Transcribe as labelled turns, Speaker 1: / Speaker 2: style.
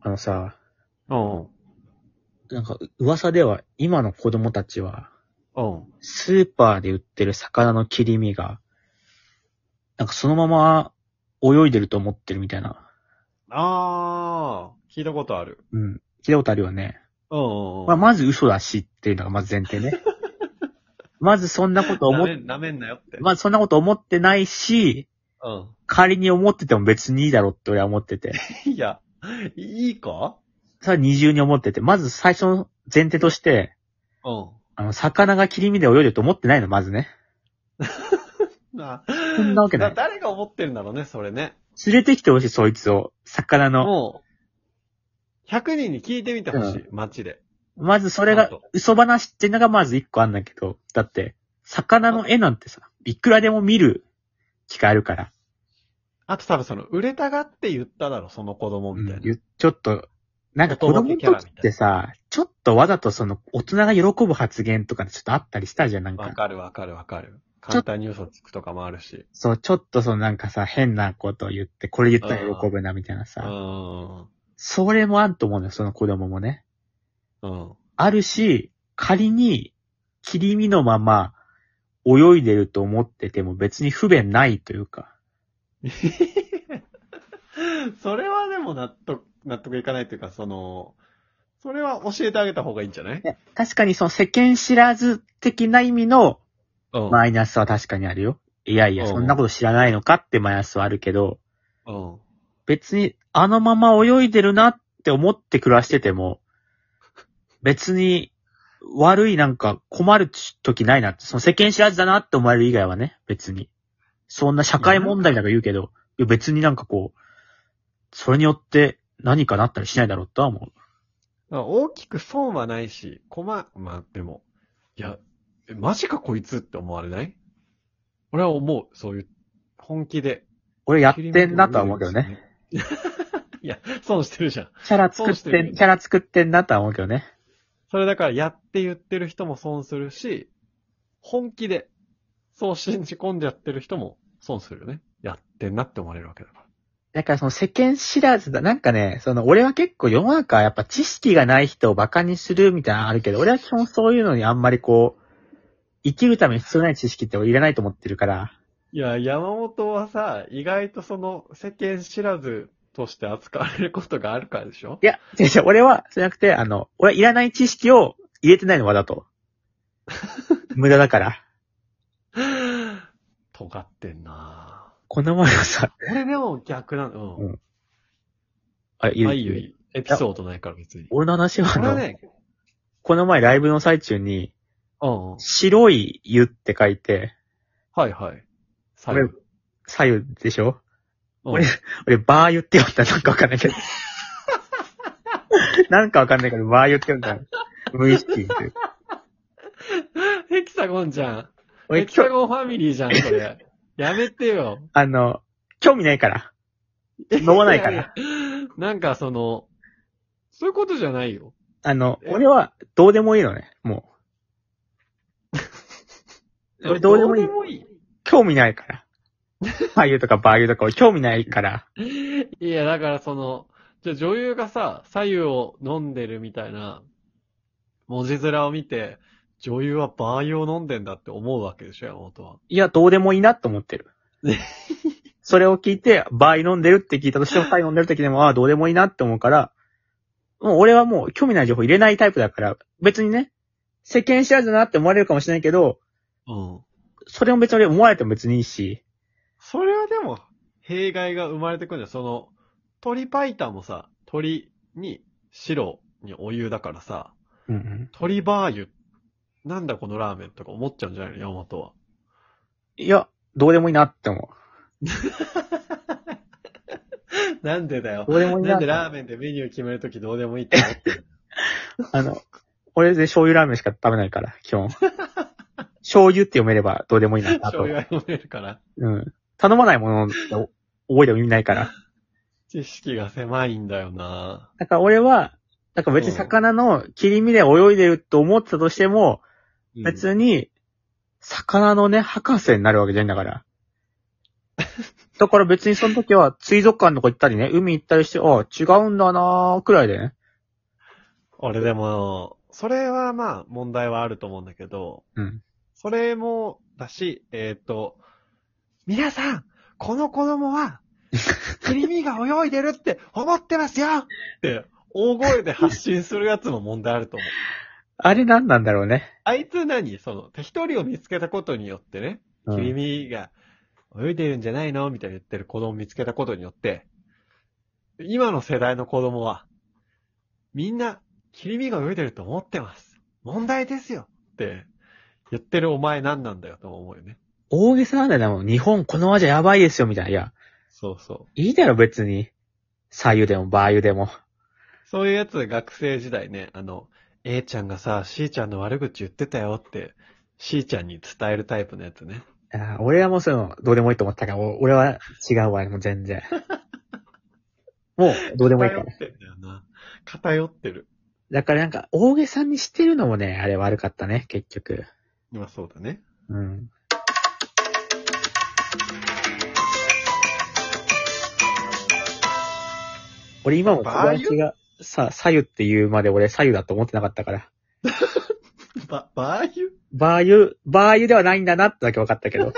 Speaker 1: あのさ、
Speaker 2: うん。
Speaker 1: なんか噂では今の子供たちは、
Speaker 2: うん。
Speaker 1: スーパーで売ってる魚の切り身が、なんかそのまま泳いでると思ってるみたいな。
Speaker 2: あー、聞いたことある。
Speaker 1: うん。聞いたことあるよね。
Speaker 2: うんうんうん。
Speaker 1: まあ、まず嘘だしっていうのがまず前提ね。まずそんなこと思っ
Speaker 2: な、め、なめんなよって。
Speaker 1: まずそんなこと思ってないし、仮に思ってても別にいいだろうって俺は思ってて。
Speaker 2: うん。いや、いいか
Speaker 1: それは二重に思ってて。まず最初の前提として、
Speaker 2: うん。
Speaker 1: あの、魚が切り身で泳いでると思ってないの、まずね。
Speaker 2: な、
Speaker 1: そんなわけない
Speaker 2: だ誰が思ってるんだろうね、それね。
Speaker 1: 連れてきてほしい、そいつを。魚の。
Speaker 2: もう、100人に聞いてみてほしい、街で。
Speaker 1: まずそれが
Speaker 2: ちゃんと、
Speaker 1: 嘘話っていうのがまず一個あんだけど、だって、魚の絵なんてさ、いくらでも見る機会あるから、
Speaker 2: あと多分その、売れたがって言っただろ、その子供みたいな。
Speaker 1: うんちょっと、なんか子供の時ってさ、ちょっとわざとその、大人が喜ぶ発言とかちょっとあったりしたじゃん、なん
Speaker 2: わ
Speaker 1: か。
Speaker 2: かるわかるわかる。簡単に嘘つくとかもあるし。
Speaker 1: そう、ちょっとそのなんかさ、変なこと言って、これ言ったら喜ぶな、みたいな
Speaker 2: う
Speaker 1: さ。
Speaker 2: ん。
Speaker 1: それもあると思うのよ、その子供もね。
Speaker 2: うん。
Speaker 1: あるし、仮に切り身のまま泳いでると思ってても別に不便ないというか。
Speaker 2: それはでも納得、納得いかないというか、その、それは教えてあげた方がいいんじゃない
Speaker 1: 確かにその世間知らず的な意味の
Speaker 2: うん
Speaker 1: マイナスは確かにあるよ。いやいや、
Speaker 2: うん
Speaker 1: そんなこと知らないのかってマイナスはあるけど、
Speaker 2: うん。
Speaker 1: 別にあのまま泳いでるなって思って暮らしてても、別に悪いなんか困る時ないなって、その世間知らずだなって思われる以外はね、別に。そんな社会問題だから言うけど、いや別になんかこう、それによって何かなったりしないだろうとは思う。
Speaker 2: まあ大きく損はないし、こま、まあでも、いや、えマジかこいつって思われない俺は思う、そういう、本気で。
Speaker 1: 俺やってんなとは思うけどね。。
Speaker 2: いや、損してる じゃん。
Speaker 1: キャラ作っ
Speaker 2: そうし
Speaker 1: て
Speaker 2: てるよ
Speaker 1: ん、
Speaker 2: ね
Speaker 1: キャラ作ってんなとは思うけどね。
Speaker 2: それだから、やって言ってる人も損するし、本気で、そう信じ込んじゃってる人も損するよね。やってんなって思われるわけだから。
Speaker 1: だからその世間知らずだ。なんかね、その俺は結構世の中はやっぱ知識がない人をバカにするみたいなのあるけど、俺は基本そういうのにあんまりこう、生きるために必要ない知識って俺いらないと思ってるから、
Speaker 2: いや、山本はさ、意外とその、世間知らずとして扱われることがあるからで しょ
Speaker 1: いや、違う違う、俺は、そうじゃなくて、あの、俺はいらない知識を入れてないのはだ と。無駄だから。
Speaker 2: 尖ってんなぁ
Speaker 1: この前はさ、
Speaker 2: 俺でも逆なの。
Speaker 1: う
Speaker 2: うんん。
Speaker 1: あ、いい
Speaker 2: あいいよいい。エピソードないから別に。
Speaker 1: 俺の話はあ
Speaker 2: 俺
Speaker 1: の、
Speaker 2: はね、
Speaker 1: この前ライブの最中に、
Speaker 2: うんうん。
Speaker 1: 白い湯って書いて、
Speaker 2: はいはい。最
Speaker 1: 俺
Speaker 2: 後。、
Speaker 1: 左右でしょ
Speaker 2: うん
Speaker 1: 俺俺、バー言って呼んだ。なんかわかんないけど。なんかわかんないけど、バー言って呼んだ。無意識にという。
Speaker 2: ヘキサゴンじゃん。
Speaker 1: 俺、
Speaker 2: ヘキサ
Speaker 1: 今日、
Speaker 2: ゴンファミリーじゃん、それ。 やめてよ。
Speaker 1: あの、興味ないから。飲まないから。
Speaker 2: いやいや。 なんかその、そういうことじゃないよ。
Speaker 1: あの、
Speaker 2: え
Speaker 1: 俺は、どうでもいいのね、もう。俺、どうでもいい。
Speaker 2: どうでもいい。
Speaker 1: 興味ないから。バー言うとかバー言うとか、俺興味ないから。
Speaker 2: いや、だからその、じゃあ女優がさ、左右を飲んでるみたいな、文字面を見て、女優はバー油を飲んでんだって思うわけでしょ、山本は。
Speaker 1: いや、どうでもいいなと思 ってる
Speaker 2: ね。
Speaker 1: それを聞いて、バー飲んでるって聞いたとしても、バー飲んでる時でも、ああ、どうでもいいなって思うから、もう俺はもう興味ない情報入れないタイプだから、別にね、世間知らずだなって思われるかもしれないけど、
Speaker 2: うん。
Speaker 1: それも別に俺思われても別にいいし、
Speaker 2: それはでも、弊害が生まれてくるんだよ。その、鳥パイタンもさ、鳥に白にお湯だからさ、
Speaker 1: うんうん、
Speaker 2: 鳥バー油、なんだこのラーメンとか思っちゃうんじゃないの、山本は。
Speaker 1: いや、どうでもいいなって思
Speaker 2: なんでだよ
Speaker 1: う。。どうでもいいなっ
Speaker 2: なん
Speaker 1: て思
Speaker 2: で
Speaker 1: う
Speaker 2: ラーメンでメニュー決めるときどうでもいいって思 ってんの
Speaker 1: あの、俺で醤油ラーメンしか食べないから、基 本。醤油って読めればどうでもいいなあと
Speaker 2: 醤。油は飲めるから。
Speaker 1: うん。頼まないものって覚えても意味ないから。
Speaker 2: 知識が狭いんだよな
Speaker 1: だから俺は、だから別に魚の切り身で泳いでると思ってたとしても、別に、魚のね、博士になるわけじゃないんだから。だから別にその時は水族館とか行ったりね、海行ったりして、ああ、違うんだなーくらいでね。
Speaker 2: 俺でも、それはまあ問題はあると思うんだけど、
Speaker 1: うん。
Speaker 2: それもだし、えっ、と、皆さん、この子供は、クリミが泳いでるって思ってますよって、大声で発信するやつも問題あると思う。
Speaker 1: あれ何なんだろうね。
Speaker 2: あいつ何その、手一人を見つけたことによってね、
Speaker 1: うん
Speaker 2: 君が泳いでるんじゃないのみたいに言ってる子供を見つけたことによって、今の世代の子供は、みんな、キリミが泳いでると思ってます。問題ですよって言ってるお前何なんだよとも思うよね。
Speaker 1: 大げさなんだよな、もう。日本このアジアやばいですよ、みたいな。いや、
Speaker 2: そうそう。
Speaker 1: いいだろ、別に。左右でも、バー油でも。
Speaker 2: そういうやつ学生時代ね、あの、A ちゃんがさ、C ちゃんの悪口言ってたよって、C ちゃんに伝えるタイプのやつね。
Speaker 1: あー俺はもうそういうの、どうでもいいと思ったから、お俺は違うわ、もう全然。もう、どうでもいいから
Speaker 2: 偏。ってんだよな。偏ってる。
Speaker 1: だからなんか、大げさにしてるのもね、あれ悪かったね、結局。
Speaker 2: まあそうだね。
Speaker 1: うん。俺今も小林がさ、左右って言うまで俺左右だと思ってなかったから。
Speaker 2: ば、ばあゆ
Speaker 1: バー油、バー油ではないんだなってだけ分かったけど。